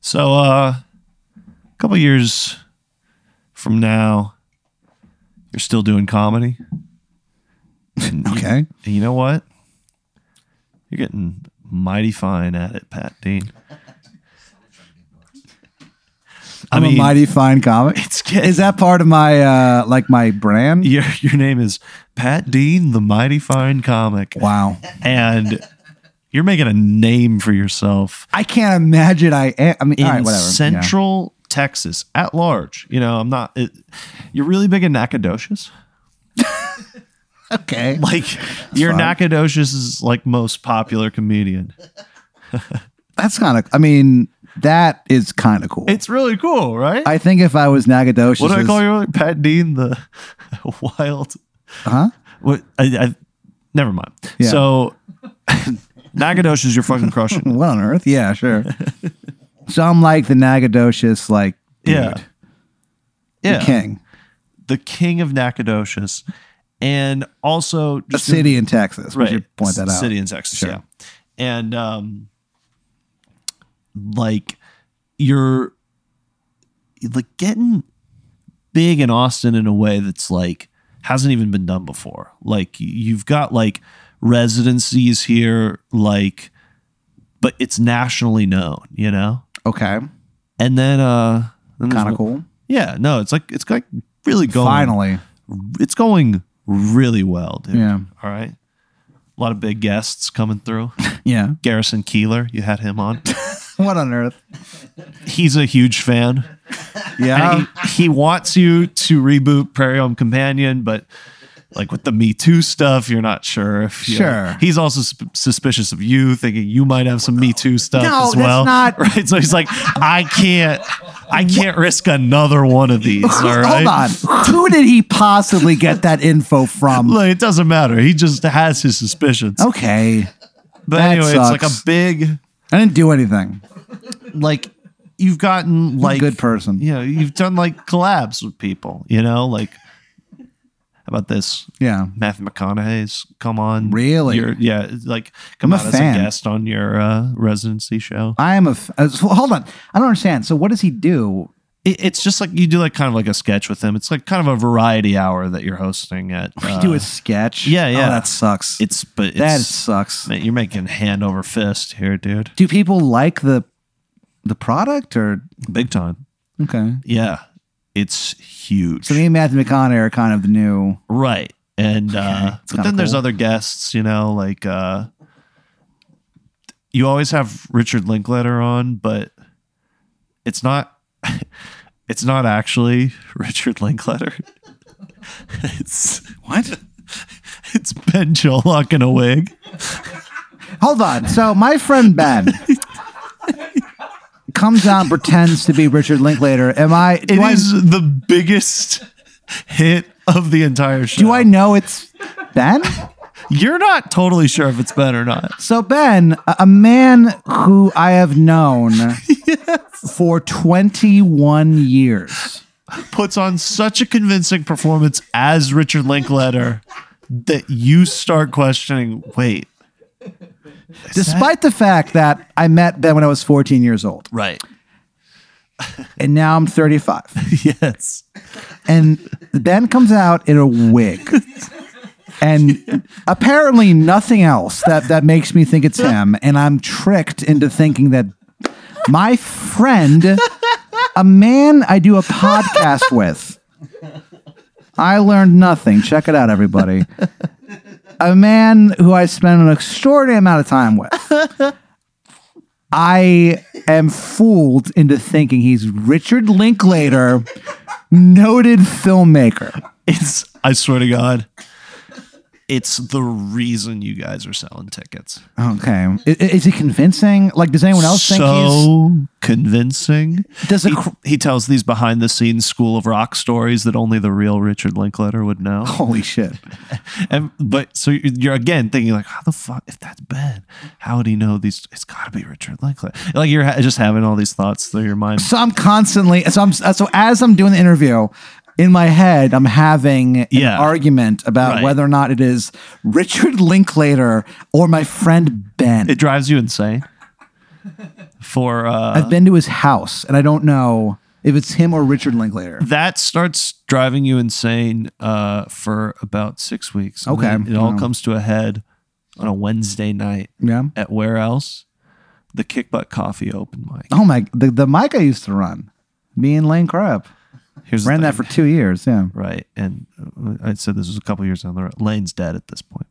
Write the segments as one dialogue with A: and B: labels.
A: So, uh, a couple years from now, you're still doing comedy. And you-
B: Okay.
A: and you know what? You're getting mighty fine at it, Pat Dean. I
B: I'm
A: mean-
B: a mighty fine comic.
A: It's
B: Is that part of my uh like my brand?
A: your your name is Pat Dean, the mighty fine comic,
B: Wow.
A: and you're making a name for yourself
B: I can't imagine I am. I mean,
A: in
B: all right, whatever. Yeah.
A: Central Texas at large. You know, I'm not. It, you're really big in Nacogdoches.
B: Okay.
A: Like you're
B: fine.
A: Nacogdoches is like most popular comedian.
B: That's kind of, I mean, that is kind of cool.
A: It's really cool, right?
B: I think if I was Nagadoches,
A: what do I call you? earlier? Pat Dean, the wild.
B: Huh?
A: What? I, I never mind.
B: Yeah.
A: So Nacogdoches, you're fucking crushing. it.
B: What on earth? Yeah, sure. so I'm like the Nagadoches, like, dude,
A: Yeah.
B: the
A: Yeah.
B: king,
A: the king of Nacogdoches, and also
B: a
A: just
B: city in Texas.
A: right,
B: We should point that out.
A: City in Texas,
B: Sure.
A: yeah, and um, like you're like getting big in Austin in a way that's like hasn't even been done before. Like you've got like residencies here, like, but it's nationally known, you know.
B: Okay.
A: And then uh, then there's
B: Kind
A: one-
B: of cool.
A: Yeah, no, it's like it's like really going
B: Finally.
A: it's going really well, dude.
B: Yeah.
A: All right. A lot of big guests coming through.
B: Yeah.
A: Garrison Keeler, you had him on.
B: What on earth?
A: He's a huge fan. And
B: Yeah.
A: he, he wants you to reboot Prairie Home Companion, but like with the Me Too stuff, you're not sure if you
B: Sure.
A: he's also sus- suspicious of you, thinking you might have some Me Too stuff
B: No,
A: as
B: that's
A: well.
B: not-
A: Right? So he's like, I can't, I can't risk another one of these. All right.
B: Hold on. Who did he possibly get that info from?
A: Look, it doesn't matter. He just has his suspicions.
B: Okay.
A: But
B: That
A: anyway, it's like a
B: sucks.
A: big
B: I didn't do anything.
A: like you've gotten
B: I'm a
A: like
B: good person.
A: you know, you've done like collabs with people, you know, like how about this?
B: Yeah.
A: Matthew McConaughey's come on.
B: Really?
A: Your- yeah, like come
B: I'm a
A: out as a
B: fan.
A: guest on your uh, residency show.
B: I am a. F- uh, so- hold on. I don't understand. So what does he do?
A: It, it's just like you do like kind of like a sketch with him. It's like kind of a variety hour that you're hosting at.
B: He
A: uh,
B: do a sketch.
A: yeah, yeah.
B: Oh, that sucks.
A: it's but it's
B: that sucks.
A: man, you're making hand over fist here, dude.
B: Do people like the the product or
A: Big time.
B: okay?
A: Yeah. It's huge.
B: So me and Matthew McConaughey are kind of the new.
A: Right. And uh
B: it's
A: but
B: kinda
A: then there's
B: cool.
A: other guests, you know, like uh you always have Richard Linkletter on, but it's not it's not actually Richard Linkletter. it's
B: What?
A: it's Ben Jolock in a wig.
B: Hold on. So my friend Ben comes out and pretends to be Richard Linklater. Am I?
A: It
B: Do
A: is
B: I
A: the biggest hit of the entire show.
B: do I know it's Ben?
A: You're not totally sure if it's Ben or not.
B: So Ben, a- a man who I have known for twenty one years.
A: puts on such a convincing performance as Richard Linkletter that you start questioning. Wait,
B: Despite the fact that I met Ben when I was 14 years old,
A: right?
B: and now I'm 35,
A: Yes,
B: and Ben comes out in a wig, and apparently nothing else that that makes me think it's him, and I'm tricked into thinking that my friend, a man I do a podcast with, I learned nothing. Check it out, everybody. A man who I spent an extraordinary amount of time with. I am fooled into thinking he's Richard Linklater, noted filmmaker.
A: it's. I swear to God, it's the reason you guys are selling tickets.
B: Okay, I- i- is, he convincing? Like, does anyone else think he's?
A: so convincing.
B: Oh, Does
A: He,
B: it? Cr-
A: he tells these behind-the-scenes School of Rock stories that only the real Richard Linkletter would know.
B: holy shit!
A: And but so you're again thinking like, how the fuck if that's Ben? How would he know these? It's got to be Richard Linklater. Like you're ha- just having all these thoughts through your mind.
B: So I'm constantly. So I'm. So as I'm doing the interview. In my head, I'm having an
A: Yeah.
B: argument about
A: Right.
B: whether or not it is Richard Linklater or my friend Ben.
A: It drives you insane. for uh,
B: I've been to his house, and I don't know if it's him or Richard Linklater.
A: that starts driving you insane uh, for about six weeks. And
B: Okay.
A: then it all
B: Wow.
A: comes to a head on a Wednesday night
B: Yeah.
A: at where else? The Kick Butt Coffee open mic.
B: Oh my, the the mic I used to run, me and Lane Krupp
A: Here's the
B: ran that
A: thing.
B: for two years. Yeah.
A: right? And uh, I said this was a couple years down the road. Lane's dead at this point,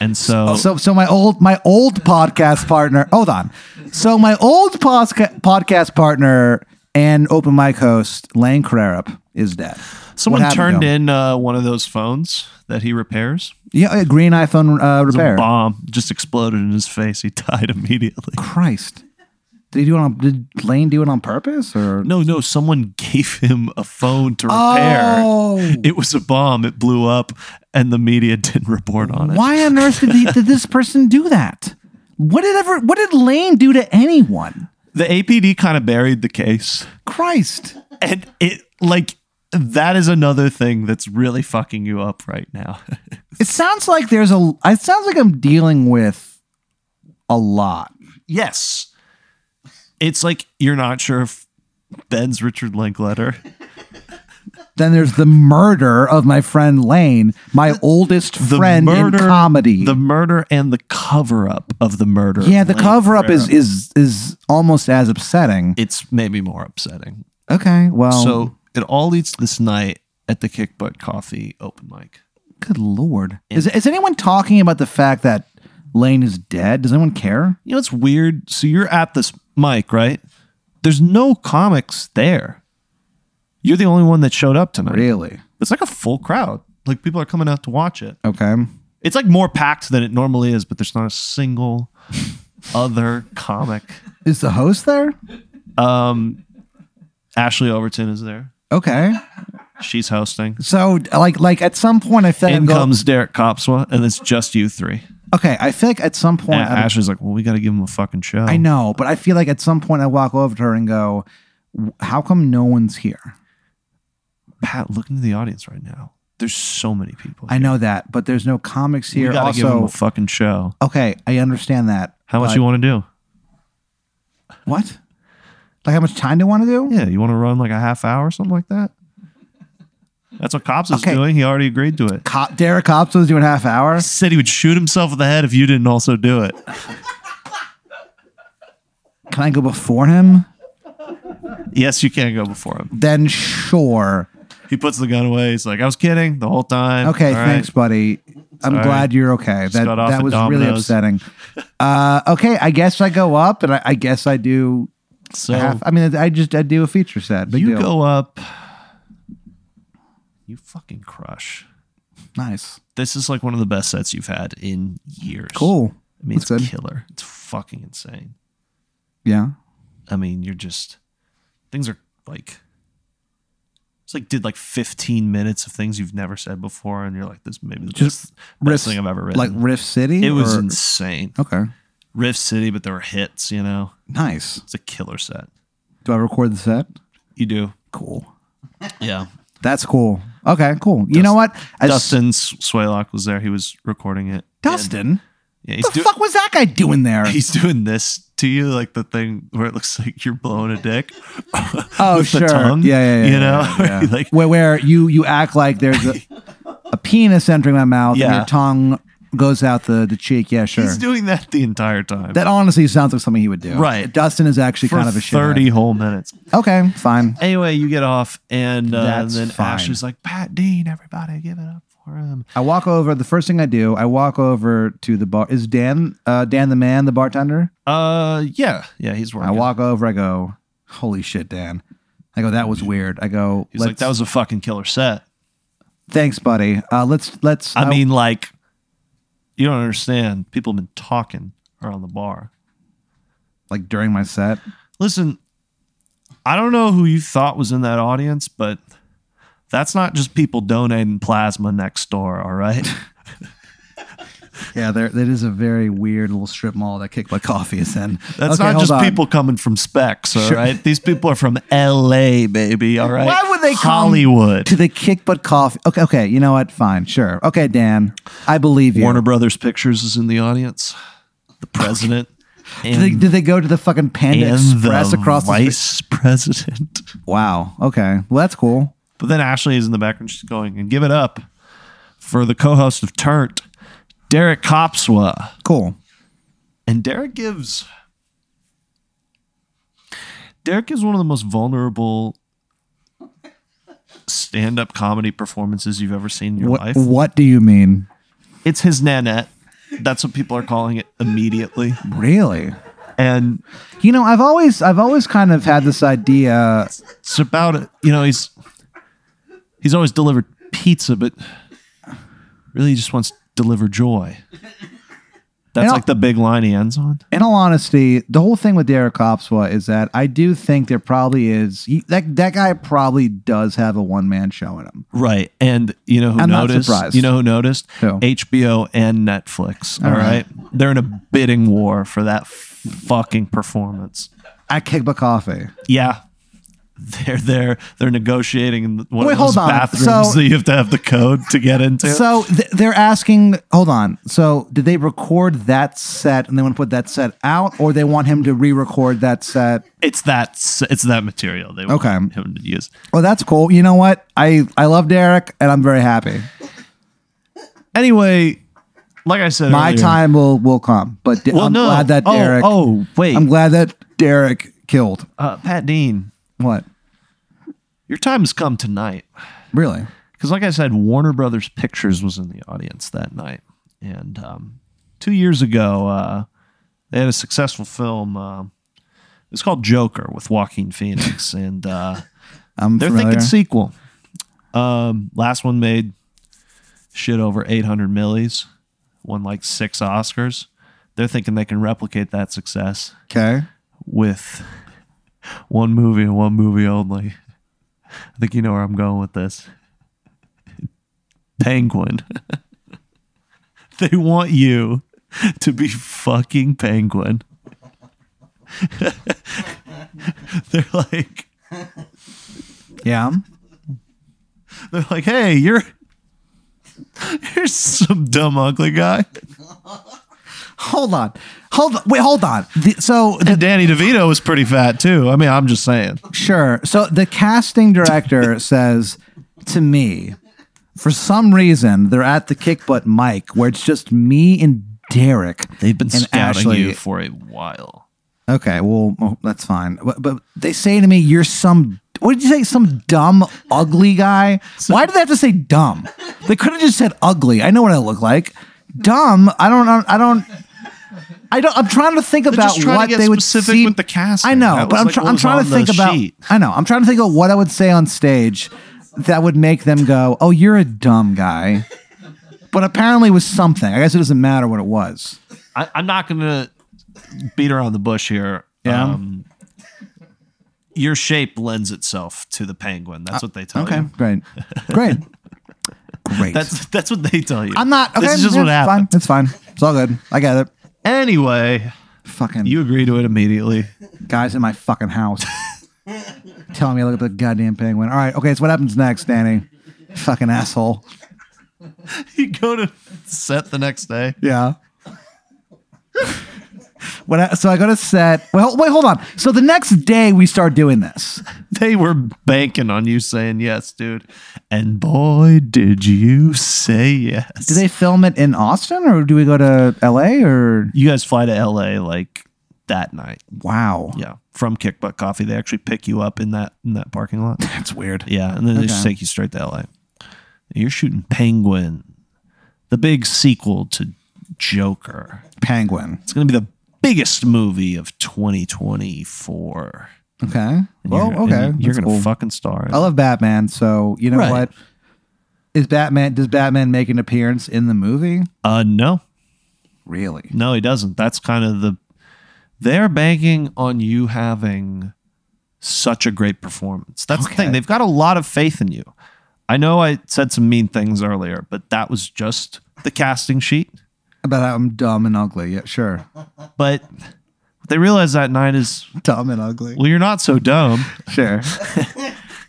A: and so,
B: So so my old my old podcast partner. Hold on. So my old posca- podcast partner and open mic host Lane Krupp is dead.
A: someone
B: happened to
A: turned
B: him?
A: in uh, one of those phones that he repairs.
B: Yeah, a green iPhone uh,
A: It was
B: repair.
A: A bomb just exploded in his face. He died immediately.
B: Christ. Did he do it on? Did Lane do it on purpose or?
A: No, no, someone gave him a phone to repair.
B: Oh.
A: It was a bomb. It blew up, and the media didn't report on it.
B: Why on earth did, he, did this person do that? What did ever? What did Lane do to anyone?
A: The APD kind of buried the case.
B: Christ!
A: and it like that is another thing that's really fucking you up right now.
B: It sounds like there's a. It sounds like I'm dealing with a lot.
A: yes, it's like you're not sure if Ben's Richard Linkletter.
B: Then there's the murder of my friend Lane, my oldest
A: The
B: friend in comedy.
A: the murder, and the cover up of the murder.
B: yeah, the
A: Lane
B: cover up is
A: Ferrero.
B: is is almost as upsetting.
A: it's maybe more upsetting.
B: Okay, well,
A: So it all leads to this night at the Kick Butt Coffee open mic.
B: good lord, is is anyone talking about the fact that Lane is dead? Does anyone care?
A: You know it's weird. So you're at this mic, right? There's no comics there. You're the only one that showed up tonight.
B: Really?
A: It's like a full crowd. Like people are coming out to watch it.
B: Okay.
A: It's like more packed than it normally is, but there's not a single other comic.
B: Is the host there?
A: Ashley Overton is there.
B: Okay.
A: She's hosting.
B: So like like at some point I feel like I'm
A: In
B: go-
A: comes Derek Copswa, and it's just you three.
B: okay. I feel like at some point
A: And
B: I'm-
A: Ashley's like, "Well, we got to give him a fucking show."
B: I know, but I feel like at some point I walk over to her and go, "W- "How come no one's here?"
A: Pat, look into the audience right now. There's so many people.
B: I know that, but there's no comics
A: You
B: here.
A: got to give him a
B: Also, Uh,
A: fucking show.
B: okay, I understand that.
A: How much
B: but-
A: you want to do?
B: What? Like how much time do I want to do?
A: Yeah, you want to run like a half hour or something like that. That's what Cops is
B: Okay.
A: doing. He already agreed to it.
B: Co- Derek Hobbs was doing half hour.
A: said he would shoot himself in the head if you didn't also do it.
B: Can I go before him?
A: Yes, you can go before him.
B: Then sure.
A: He puts the gun away. He's like, I was kidding the whole time.
B: Okay,
A: All right.
B: thanks, buddy. I'm
A: Sorry.
B: glad you're okay. that
A: got off
B: that
A: at
B: was really
A: Domino's.
B: upsetting. Uh, okay, I guess I go up, and I, I guess I do
A: So
B: half. I mean, I just I do a feature set. Big
A: you
B: deal.
A: go up. You fucking crush.
B: Nice.
A: This is like one of the best sets you've had in years.
B: Cool.
A: I mean,
B: That's
A: it's
B: good.
A: killer. It's fucking insane.
B: Yeah.
A: I mean, you're just things are like it's like did like 15 minutes of things you've never said before, and you're like, this maybe the
B: Just
A: best, best
B: riffs,
A: thing I've ever written.
B: Like Rift City?
A: it was
B: or-
A: insane.
B: Okay.
A: Riff City, but there were hits, you know.
B: Nice.
A: It's a killer set.
B: Do I record the set?
A: You do.
B: Cool.
A: Yeah.
B: That's cool. Okay, cool. you know what? As-
A: Dustin S- Swaylock was there. He was recording it.
B: Dustin?
A: Yeah,
B: What
A: he's,
B: the
A: do-
B: fuck was that guy doing there?
A: he's doing this to you, like the thing where it looks like you're blowing a dick.
B: oh,
A: with the
B: sure.
A: tongue,
B: yeah, yeah, yeah.
A: you
B: yeah,
A: know?
B: yeah, yeah.
A: Like-
B: where, where you, you act like there's a, a penis entering my mouth and
A: Yeah.
B: your tongue goes out the, the cheek. Yeah, sure.
A: He's doing that the entire time.
B: that honestly sounds like something he would do.
A: Right.
B: Dustin is actually
A: for
B: kind of a shithead.
A: 30 whole minutes.
B: Okay, fine.
A: Anyway, you get off, and, uh,
B: That's
A: then
B: fine.
A: Ash is like, Pat Dean, everybody give it up for him.
B: I walk over. The first thing I do, I walk over to the bar. Is Dan, uh, Dan the man, the bartender?
A: Uh, yeah. Yeah, he's working.
B: I walk over. I go, holy shit, Dan. I go, that was weird. I go,
A: He's like, that was a fucking killer set.
B: thanks, buddy. Uh, let's let's.
A: I mean, like, you don't understand. People have been talking around the bar.
B: like during my set.
A: Listen, I don't know who you thought was in that audience, but that's not just people donating plasma next door, all right?
B: Yeah, there that is a very weird little strip mall that Kick Butt Coffee is in.
A: That's
B: Okay,
A: not
B: hold
A: just
B: on.
A: people coming from specs, all right?
B: Sure.
A: These people are from LA, baby, all right?
B: Why would they come
A: Hollywood?
B: to the Kick Butt Coffee. Okay, okay, you know what? Fine, sure. Okay, Dan, I believe you.
A: Warner Brothers Pictures is in the audience. The president.
B: Did they, did they go to the fucking Panda
A: and
B: Express
A: the
B: across the street?
A: vice president.
B: Wow. Okay. Well, that's cool.
A: But then Ashley is in the background. She's going and give it up for the co-host of Turnt, Derek Copswa.
B: Cool.
A: And Derek gives Derek is one of the most vulnerable stand-up comedy performances you've ever seen in your
B: What,
A: life.
B: what do you mean?
A: It's his nanette. That's what people are calling it immediately.
B: Really?
A: And
B: You know, I've always I've always kind of had this idea.
A: it's about it. You know, he's he's always delivered pizza, but really he just wants to deliver joy. That's
B: Yeah.
A: like the big line he ends on.
B: In all honesty, the whole thing with Derek Kopswa is that I do think there probably is you- that that guy probably does have a one man show in him.
A: Right. And you know who
B: I'm not
A: noticed?
B: surprised.
A: You know who noticed?
B: Who?
A: HBO and Netflix. all right? They're in a bidding war for that fucking performance.
B: I kick my coffee.
A: Yeah. They're there. They're negotiating in one
B: Wait,
A: of those
B: hold on.
A: bathrooms
B: So-
A: that you have to have the code to get into.
B: So th- they're asking. Hold on. So did they record that set and they want to put that set out, or they want him to re-record that set?
A: it's that s- it's that material they want
B: Okay.
A: him to use.
B: Oh, that's cool. You know what? I I love Derek, and I'm very happy.
A: Anyway, like I said,
B: My
A: earlier-
B: time will will come. But d-
A: Well,
B: I'm
A: no.
B: glad that
A: oh,
B: Derek.
A: Oh, wait,
B: I'm glad that Derek killed.
A: uh, Pat Dean,
B: What?
A: your time has come tonight.
B: Really?
A: because like i said warner brothers pictures was in the audience that night and um, two years ago uh, they had a successful film uh, it's called joker with joaquin phoenix and uh,
B: I'm
A: they're
B: familiar.
A: thinking sequel um, last one made shit over 800 millis won like six oscars they're thinking they can replicate that success
B: okay.
A: with one movie and one movie only. I think you know where I'm going with this. Penguin. they want you to be fucking penguin. they're like
B: Yeah.
A: they're like, "Hey, you're you're some dumb ugly guy."
B: Hold on. Hold on. Wait. Hold on. The- so the,
A: And Danny DeVito was pretty fat too. I mean, I'm just saying.
B: sure. So the casting director says to me, for some reason, they're at the kick butt mic where it's just me and Derek.
A: They've been
B: and
A: scouting
B: Ashley.
A: you for a while.
B: Okay. Well, well, that's fine. But, but they say to me, "You're some." What did you say? Some dumb, ugly guy? Why do they have to say dumb? They could have just said ugly. I know what I look like. Dumb. I don't. I don't. I don't. I'm trying to think about
A: just trying to
B: what
A: get
B: they would
A: specific
B: see.
A: with the casting.
B: I know,
A: That
B: but
A: was
B: I'm,
A: like
B: try-
A: what
B: I'm
A: was
B: trying
A: on
B: to
A: the
B: think about.
A: sheet.
B: I know. I'm trying to think of what I would say on stage that would make them go, "Oh, you're a dumb guy." But apparently, it was something. I guess it doesn't matter what it was.
A: I, I'm not going to beat around the bush here.
B: Yeah.
A: Um, your shape lends itself to the penguin. That's what they tell
B: Okay,
A: you.
B: Mm, great, great, great.
A: That's that's what they tell you.
B: I'm not. Okay,
A: This is just
B: yeah,
A: what
B: it's
A: happened.
B: Fine. It's fine. It's all good. I got it.
A: Anyway,
B: Fucking
A: you agree to it immediately.
B: guys in my fucking house telling me I look at the goddamn penguin. All right. Okay. So what happens next, Danny? Fucking asshole.
A: you go to set the next day.
B: Yeah. When I, so I go to set. Well, wait, hold on. So the next day we start doing this.
A: They were banking on you saying yes, dude. And boy, did you say yes.
B: Do they film it in Austin or do we go to L.A. or?
A: you guys fly to LA like that night.
B: Wow,
A: Yeah. From Kick Butt Coffee. They actually pick you up in that in that parking lot.
B: that's weird.
A: Yeah, and then they just
B: Okay.
A: take you straight to LA. You're shooting Penguin, the big sequel to Joker.
B: Penguin.
A: It's going to be the biggest movie of 2024.
B: Okay.
A: And you're-
B: Well,
A: and
B: okay.
A: You're
B: that's
A: going to
B: cool. Oh.
A: fucking star. in
B: I
A: it.
B: love Batman, so you know
A: Right.
B: what? Is Batman does Batman make an appearance in the movie?
A: Uh, no,
B: Really?
A: no, he doesn't. That's kind of the. They're banking on you having such a great performance. That's the
B: Okay.
A: thing. They've got a lot of faith in you. I know I said some mean things earlier, but that was just the casting sheet.
B: About how I'm dumb and ugly. Yeah, sure.
A: But what they realized that night is
B: Dumb and ugly.
A: Well, you're not so dumb.
B: Sure.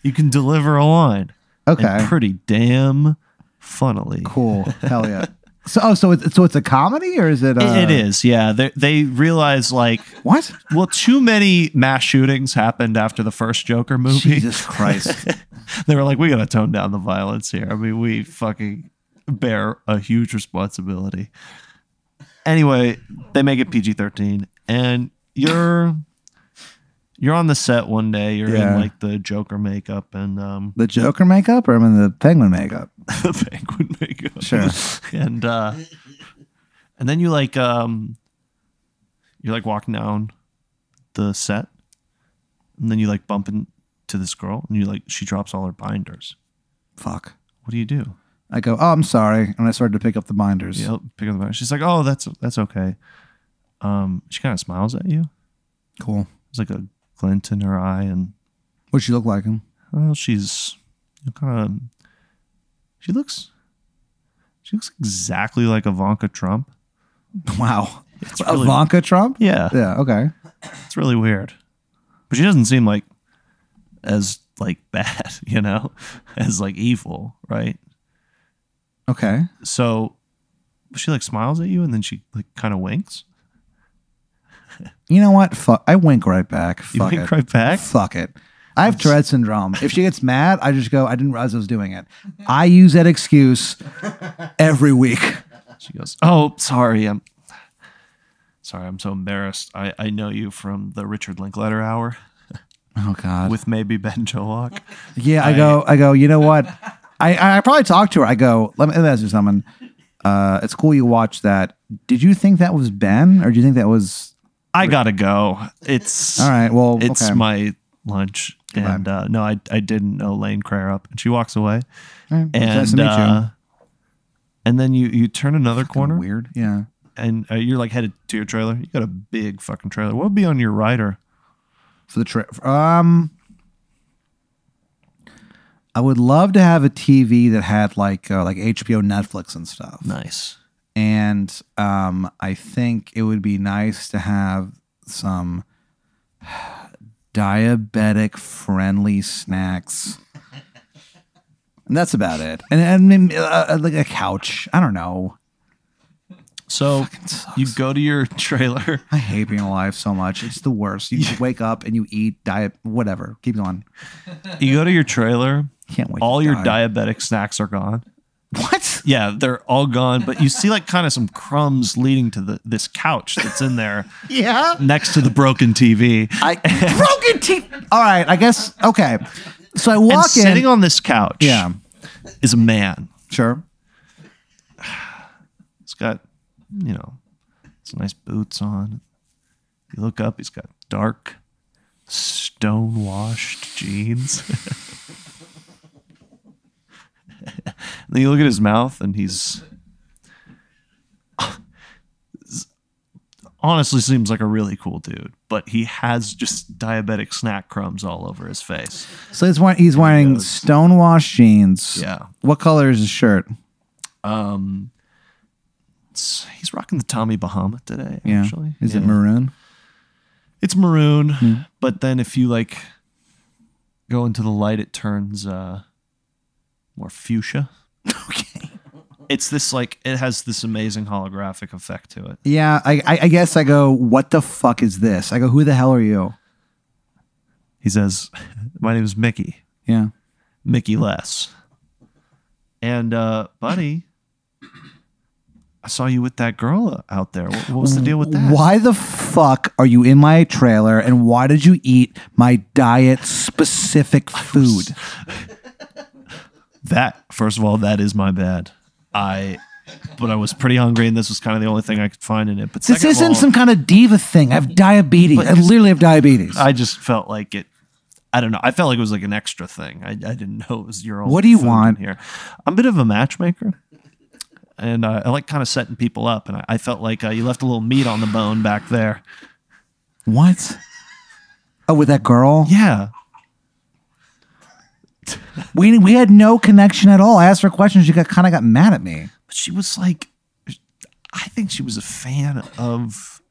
A: You can deliver a line.
B: Okay.
A: And pretty damn funnily.
B: cool. Hell yeah. So, oh, so it's so it's a comedy or is it? Uh,
A: it is, yeah. They they realize like,
B: What?
A: well, too many mass shootings happened after the first Joker movie.
B: Jesus Christ!
A: They were like, we gotta tone down the violence here. I mean, we fucking bear a huge responsibility. Anyway, they make it PG thirteen, and you're you're on the set one day. You're
B: Yeah.
A: in like the Joker makeup and um,
B: the Joker makeup or I'm in the Penguin makeup?
A: the penguin makeup.
B: Sure.
A: and uh and then you like um you're like walking down the set and then you like bump into this girl and you like she drops all her binders.
B: Fuck.
A: What do you do?
B: I go. Oh, I'm sorry, and I started to pick up the binders.
A: You know, pick up the binder. She's like, Oh, that's that's okay. Um she kind of smiles at you.
B: Cool.
A: There's like a glint in her eye and
B: What she look like him?
A: well, she's kind of she looks she looks exactly like Ivanka Trump.
B: Wow.
A: It's really-
B: Ivanka Trump.
A: Yeah.
B: Yeah. Okay.
A: It's really weird. But she doesn't seem like as like bad, you know, as like evil, right?
B: Okay.
A: So she like smiles at you and then she like kind of winks.
B: You know what? Fuck. I wink right back.
A: You
B: Fuck
A: wink
B: it.
A: right back.
B: Fuck it. I have Tourette syndrome. If she gets mad, I just go, I didn't realize I was doing it. I use that excuse every week.
A: She goes, "Oh, sorry. I'm sorry. I'm so embarrassed. I I know you from the Richard Linkletter Hour
B: Oh God.
A: with maybe Ben Jowak.
B: yeah, I, go, I go, you know what? I, I probably talked to her. I go, let me, let me ask you something. Uh, it's cool you watched that. Did you think that was Ben or do you think that was
A: I gotta go. It's
B: all right? Well,
A: It's
B: okay.
A: my lunch. And uh, no, I, I didn't know Lane Crayer And she walks away.
B: right,
A: And,
B: it's nice to meet you.
A: uh, and then you, you turn another corner
B: weird. Yeah.
A: and uh, you're like headed to your trailer. You got a big fucking trailer. What would be on your rider?
B: for the trip. Um, I would love to have a TV that had like uh, like HBO, Netflix, and stuff.
A: Nice.
B: And um, I think it would be nice to have some diabetic friendly snacks. And that's about it. And and maybe, uh, uh, like a couch. I don't know.
A: So
B: sucks.
A: you go to your trailer.
B: I hate being alive so much. It's the worst. You just wake up and you eat diet, whatever. Keep going.
A: You go to your trailer.
B: Can't wait.
A: All
B: to
A: your
B: die.
A: diabetic snacks are gone.
B: What?
A: Yeah, they're all gone. But you see like kind of some crumbs leading to the this couch that's in there
B: Yeah.
A: next to the broken TV.
B: I broken teeth. All right, I guess okay. So I
A: And
B: walk
A: sitting
B: in.
A: on this couch
B: yeah,
A: is a man.
B: sure.
A: He's got, you know, some nice boots on. You look up, he's got dark, stone washed jeans. and then you look at his mouth, and he's honestly seems like a really cool dude, but he has just diabetic snack crumbs all over his face.
B: So he's wearing he's wearing stonewashed jeans.
A: Yeah.
B: What color is his shirt?
A: Um, it's- he's rocking the Tommy Bahama today,
B: Yeah.
A: actually.
B: Is it
A: Yeah.
B: maroon?
A: it's maroon,
B: Hmm.
A: but then if you like go into the light, it turns uh more fuchsia.
B: Okay.
A: It's this like it has this amazing holographic effect to it.
B: Yeah, I, I I guess I go. What the fuck is this? I go. Who the hell are you?
A: He says, "My name is Mickey,
B: Yeah.
A: Mickey Less." And uh, buddy, I saw you with that girl out there. What, what was the deal with that?
B: Why the fuck are you in my trailer? And why did you eat my diet specific food?
A: That first of all, that is my bad. I, but I was pretty hungry, and this was kind of the only thing I could find in it. But
B: This
A: second of
B: isn't
A: all-
B: some kind of diva thing. I have diabetes. I literally have diabetes.
A: I just felt like it. I don't know. I felt like it was like an extra thing. I, I didn't know it was your own.
B: What do you
A: food in
B: want?
A: here? I'm a bit of a matchmaker, and uh, I like kind of setting people up. And I, I felt like uh, you left a little meat on the bone back there.
B: what? Oh, with that girl?
A: Yeah,
B: We we had no connection at all. I asked her questions. She got kind of got mad at me.
A: but she was like, I think she was a fan of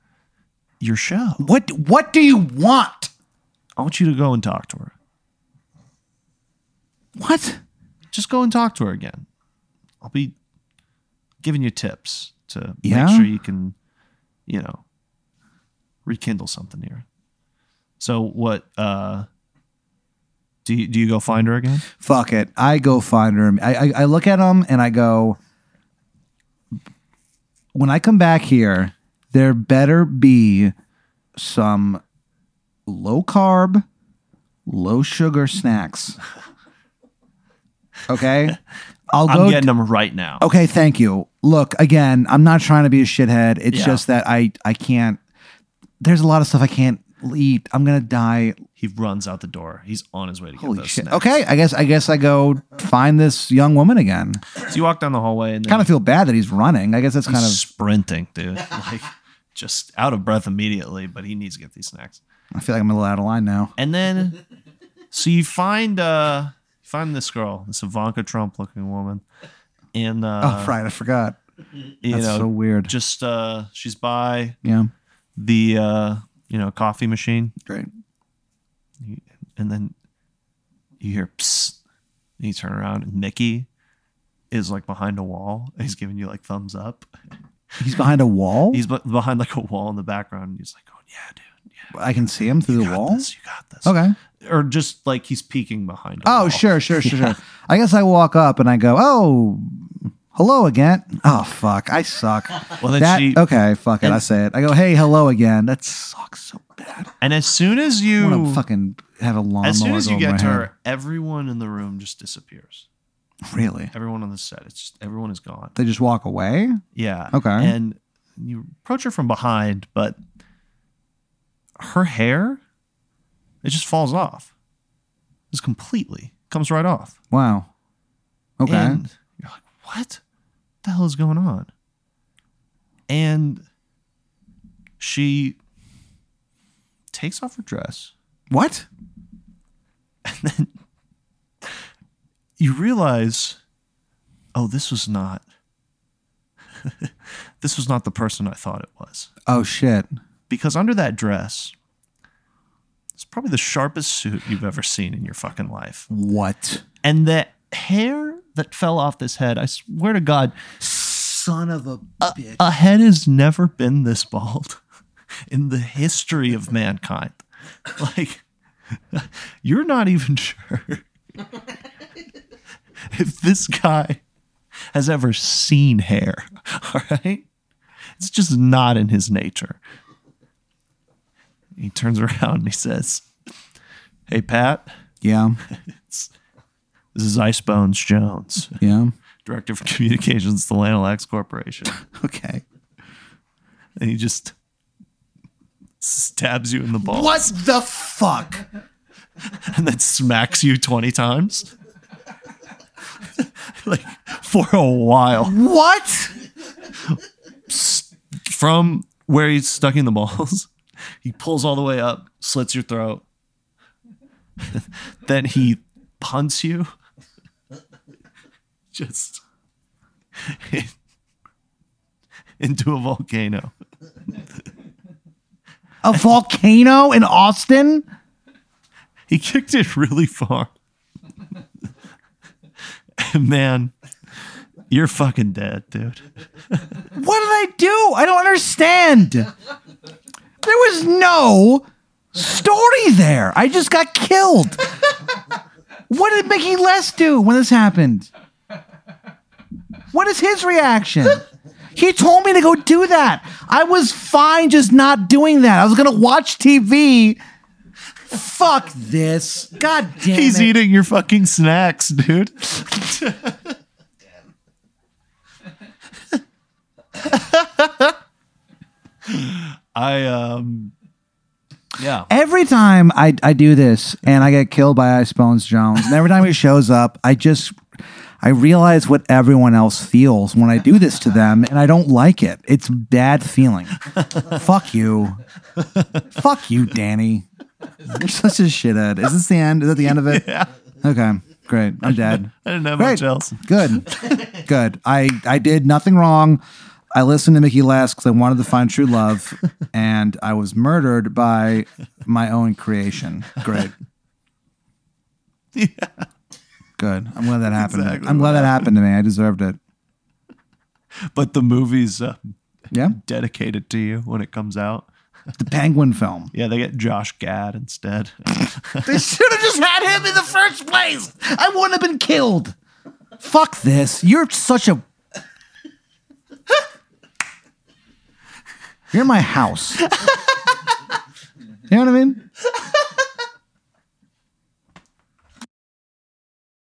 A: your show.
B: What what do you want?
A: I want you to go and talk to her.
B: What?
A: Just go and talk to her again. I'll be, giving you tips to
B: Yeah?
A: make sure you can, you know, rekindle something here. So what uh do you do you go find her again?
B: Fuck it. I go find her. I, I, I look at them and I go, when I come back here, there better be some low carb, low sugar snacks. Okay. I'll
A: I'm
B: go. Oh.
A: getting them right now.
B: Okay, thank you. Look, again, I'm not trying to be a shithead. It's
A: Yeah.
B: just that I I can't. There's a lot of stuff I can't eat. I'm gonna die.
A: He runs out the door. He's on his way to get
B: Holy
A: those
B: shit.
A: snacks.
B: Okay, I guess I guess I go find this young woman again.
A: So you walk down the hallway and then
B: Kind of feel bad that he's running. I guess that's kind
A: he's
B: of.
A: sprinting, dude. Like just out of breath immediately, but he needs to get these snacks.
B: I feel like I'm a little out of line now.
A: And then, so you find uh, you find this girl, this Ivanka Trump looking woman, and uh,
B: oh, right, I forgot.
A: you
B: That's
A: know,
B: so weird.
A: just uh, she's by
B: Yeah,
A: the uh, you know coffee machine,
B: great.
A: and then you hear psst, and you turn around, and Nikki is like behind a wall. He's giving you like thumbs up.
B: He's behind a wall.
A: He's be- behind like a wall in the background. And he's like, "Oh yeah, dude, yeah,
B: I can see him through
A: you
B: the
A: got
B: wall.
A: this, you got this."
B: Okay.
A: or just like he's peeking behind. a
B: Oh,
A: wall.
B: sure, sure, sure, sure. I guess I walk up and I go, "Oh, hello again." Oh, fuck, I suck.
A: Well, then
B: that uh,
A: she
B: okay, fuck it,
A: and-
B: I say it. I go, "Hey, hello again." That sucks so bad.
A: And as soon as
B: I want to
A: you,
B: fucking have a lawnmower.
A: as soon as
B: go
A: you
B: over
A: get to
B: my
A: her, everyone in the room just disappears.
B: head. really,
A: Everyone on the set, it's just everyone is gone.
B: they just walk away.
A: Yeah.
B: Okay.
A: And you approach her from behind, but her hair, it just falls off. Just completely comes right off.
B: Wow. Okay.
A: And you're like, what the hell is going on? And she takes off her dress.
B: what?
A: you realize, oh, this was not, this was not the person I thought it was.
B: Oh shit.
A: Because under that dress, it's probably the sharpest suit you've ever seen in your fucking life.
B: What?
A: And the hair that fell off this head, I swear to God,
B: Son of a bitch.
A: a head has never been this bald in the history of mankind. Like, you're not even sure if this guy has ever seen hair. All right. It's just not in his nature. He turns around and he says, Hey, Pat,
B: Yeah.
A: this is Ice Bones Jones,
B: Yeah.
A: Director for Communications, at the Lanalax Corporation.
B: Okay.
A: and he just stabs you in the balls
B: What the fuck?
A: and then smacks you 20 times like for a while
B: What?
A: from where he's stuck in the balls he pulls all the way up slits your throat then he punts you just into a volcano
B: A volcano in Austin?
A: He kicked it really far. Man, you're fucking dead, dude.
B: What did I do? I don't understand. There was no story there. I just got killed. What did Mickey Les do when this happened? What is his reaction? He told me to go do that. I was fine just not doing that. I was going to watch TV. Fuck this. God damn
A: He's
B: it.
A: eating your fucking snacks, dude. I um yeah.
B: Every time I, I do this and I get killed by Ice Bones Jones, and every time he shows up, I just I realize what everyone else feels when I do this to them, and I don't like it. It's a bad feeling. Fuck you. Fuck you, Danny. You're such a shithead. Is this the end? Is that the end of it? Yeah. Okay. Great. I'm dead.
A: I didn't have
B: Great.
A: much else.
B: Good. Good. I, I did nothing wrong. I listened to Mickey Last because I wanted to find true love, and I was murdered by my own creation. Great.
A: Yeah.
B: Good. I'm glad that happened.
A: Exactly
B: I'm
A: what
B: glad that happened to me. I deserved it.
A: but the movie's uh,
B: Yeah,
A: dedicated to you when it comes out.
B: the Penguin film.
A: Yeah, they get Josh Gad instead.
B: They should have just had him in the first place. I wouldn't have been killed. Fuck this. You're such a. You're my house. you know what I mean?